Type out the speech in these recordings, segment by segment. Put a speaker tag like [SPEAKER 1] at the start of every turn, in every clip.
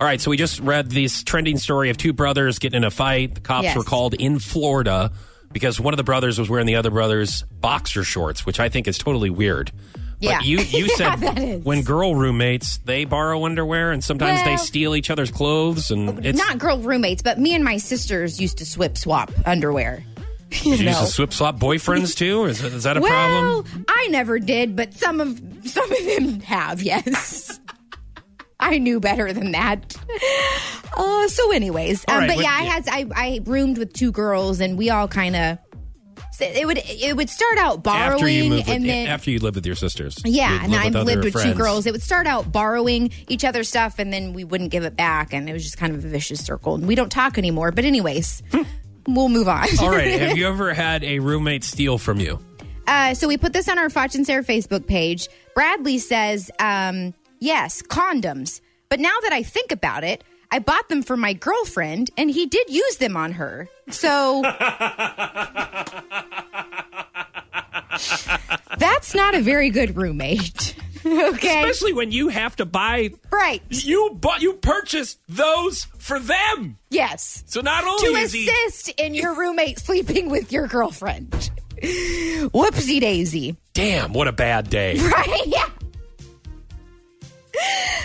[SPEAKER 1] All right, so we just read this trending story of two brothers getting in a fight. The cops
[SPEAKER 2] Yes.
[SPEAKER 1] were called in Florida because one of the brothers was wearing the other brother's boxer shorts, which I think is totally weird.
[SPEAKER 2] Yeah.
[SPEAKER 1] But you you
[SPEAKER 2] Yeah,
[SPEAKER 1] said
[SPEAKER 2] that is.
[SPEAKER 1] when girl roommates, they borrow underwear and sometimes they
[SPEAKER 2] Well-
[SPEAKER 1] steal each other's clothes and it's
[SPEAKER 2] Not girl roommates, but me and my sisters used to swip swap underwear.
[SPEAKER 1] did you
[SPEAKER 2] no.
[SPEAKER 1] use the swip swap boyfriends too? Is, is that a
[SPEAKER 2] well,
[SPEAKER 1] problem?
[SPEAKER 2] I never did, but some of some of them have. Yes, I knew better than that. Uh, so, anyways,
[SPEAKER 1] All
[SPEAKER 2] um,
[SPEAKER 1] right,
[SPEAKER 2] but
[SPEAKER 1] what-
[SPEAKER 2] yeah, I
[SPEAKER 1] yeah.
[SPEAKER 2] had I, I roomed with two girls, and we all kind of it would it would start out borrowing,
[SPEAKER 1] after you move with,
[SPEAKER 2] and then
[SPEAKER 1] after you live with your sisters.
[SPEAKER 2] yeah,
[SPEAKER 1] You'd
[SPEAKER 2] and
[SPEAKER 1] live
[SPEAKER 2] I've
[SPEAKER 1] other
[SPEAKER 2] lived with two
[SPEAKER 1] friends.
[SPEAKER 2] girls. It would start out borrowing each other's stuff, and then we wouldn't give it back, and it was just kind of a vicious circle. And we don't talk anymore. But anyways, we'll move on.
[SPEAKER 1] Hmm. All right, have you ever had a roommate steal from you?
[SPEAKER 2] Uh, so we put this on our Foch and Sarah Facebook page. Bradley says, um, yes, condoms. But now that I think about it, I bought them for my girlfriend, and he did use them on her. So that's not a very good roommate. okay,
[SPEAKER 1] Especially when you have to buy
[SPEAKER 2] right?
[SPEAKER 1] You bought, you purchased those for them.
[SPEAKER 2] Yes.
[SPEAKER 1] So not only
[SPEAKER 2] to
[SPEAKER 1] is he
[SPEAKER 2] assist in your roommate sleeping with your girlfriend. Whoopsie daisy.
[SPEAKER 1] damn, what a bad day.
[SPEAKER 2] Right? Yeah.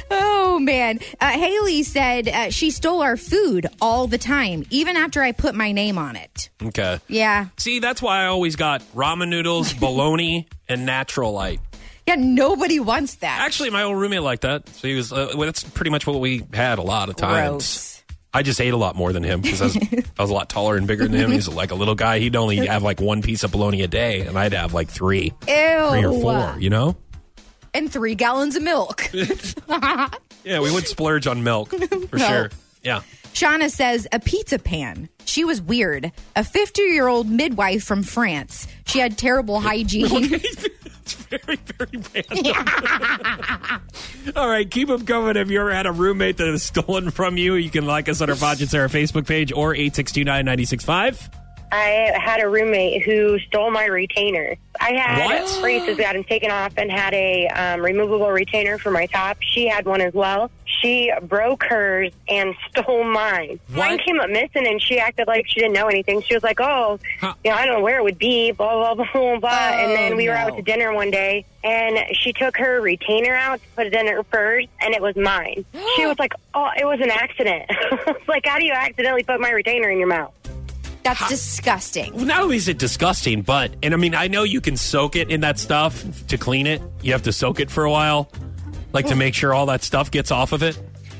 [SPEAKER 2] Oh man. Uh, Haley said uh, she stole our food all the time, even after I put my name on it.
[SPEAKER 1] Okay.
[SPEAKER 2] Yeah.
[SPEAKER 1] See, that's why I always got ramen noodles, bologna, and natural light.
[SPEAKER 2] Yeah, nobody wants that.
[SPEAKER 1] Actually, my old roommate liked that. So he was. Uh, well, that's pretty much what we had a lot of times.
[SPEAKER 2] Gross.
[SPEAKER 1] I just ate a lot more than him because I was, I was a lot taller and bigger than him. He's like a little guy. He'd only have like one piece of bologna a day, and I'd have like three,
[SPEAKER 2] Ew.
[SPEAKER 1] three or four. You know?
[SPEAKER 2] And three gallons of milk.
[SPEAKER 1] Yeah, we would splurge on milk for
[SPEAKER 2] No.
[SPEAKER 1] sure. Yeah.
[SPEAKER 2] Shauna says a pizza pan. She was weird. A 50 year old midwife from France. She had terrible hygiene.
[SPEAKER 1] it's very, very random. All right, keep them coming. If you ever had a roommate that is stolen from you, you can like us on our Podge and Sarah Facebook page or 8629965.
[SPEAKER 3] I had a roommate who stole my retainer. I had
[SPEAKER 1] What?
[SPEAKER 3] braces that had taken off and had a um, removable retainer for my top. She had one as well. She broke hers and stole mine. Mine
[SPEAKER 1] What?
[SPEAKER 3] came up missing, and she acted like she didn't know anything. She was like, "Oh,
[SPEAKER 1] Huh.
[SPEAKER 3] you know, I don't know where it would be." Blah blah blah blah. blah. and
[SPEAKER 2] Oh,
[SPEAKER 3] then we were
[SPEAKER 2] no.
[SPEAKER 3] out to dinner one day, and she took her retainer out to put it in her purse, and it was mine. she was like, "Oh, it was an accident." I was like, how do you accidentally put my retainer in your mouth?
[SPEAKER 2] That's disgusting.
[SPEAKER 1] Well, not only is it disgusting, but, and I mean, I know you can soak it in that stuff to clean it. You have to soak it for a while, like to make sure all that stuff gets off of it.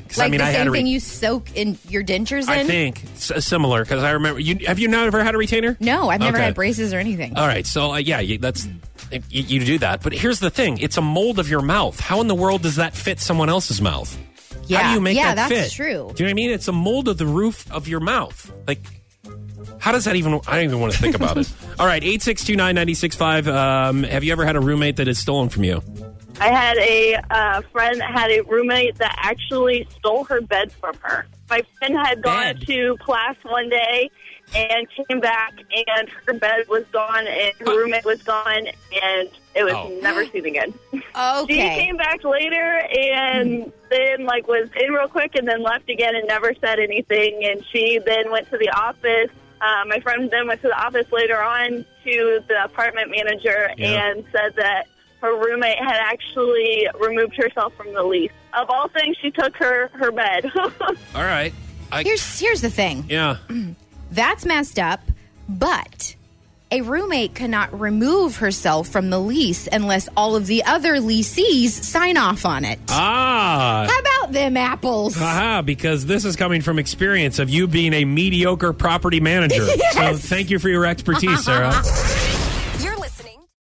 [SPEAKER 1] 'Cause,
[SPEAKER 2] Like
[SPEAKER 1] I mean,
[SPEAKER 2] the
[SPEAKER 1] I had
[SPEAKER 2] same
[SPEAKER 1] a re-
[SPEAKER 2] thing you soak in your dentures in?
[SPEAKER 1] I think s- similar because I remember. You have you never had a retainer?
[SPEAKER 2] No, I've never
[SPEAKER 1] Okay.
[SPEAKER 2] had braces or anything.
[SPEAKER 1] All right, so uh, yeah, you, that's you, you do that. But here's the thing: it's a mold of your mouth. How in the world does that fit someone else's mouth? How
[SPEAKER 2] Yeah,
[SPEAKER 1] do you make
[SPEAKER 2] yeah,
[SPEAKER 1] that
[SPEAKER 2] that's
[SPEAKER 1] fit?
[SPEAKER 2] true.
[SPEAKER 1] Do you know what I mean? It's a mold of the roof of your mouth. Like, how does that even? I don't even want to think about it. All right, eight six two nine ninety six five. Um, have you ever had a roommate that is stolen from you?
[SPEAKER 4] I had a uh, friend that had a roommate that actually stole her bed from her. My friend had gone
[SPEAKER 1] Bed?
[SPEAKER 4] to class one day and came back, and her bed was gone, and her roommate was gone, and it was
[SPEAKER 1] Oh.
[SPEAKER 4] never seen again. She
[SPEAKER 2] Okay.
[SPEAKER 4] came back later and then like was in real quick and then left again and never said anything. And she then went to the office. Uh, my friend then went to the office later on to the apartment manager
[SPEAKER 1] Yeah.
[SPEAKER 4] and said that her roommate had actually removed herself from the lease. Of all things, she took her her bed.
[SPEAKER 1] All right, I
[SPEAKER 2] Here's here's the thing.
[SPEAKER 1] yeah.
[SPEAKER 2] That's messed up, but a roommate cannot remove herself from the lease unless all of the other leasees sign off on it.
[SPEAKER 1] Ah,
[SPEAKER 2] How about them apples?
[SPEAKER 1] Aha, because this is coming from experience of you being a mediocre property manager. So thank you for your expertise, Sarah.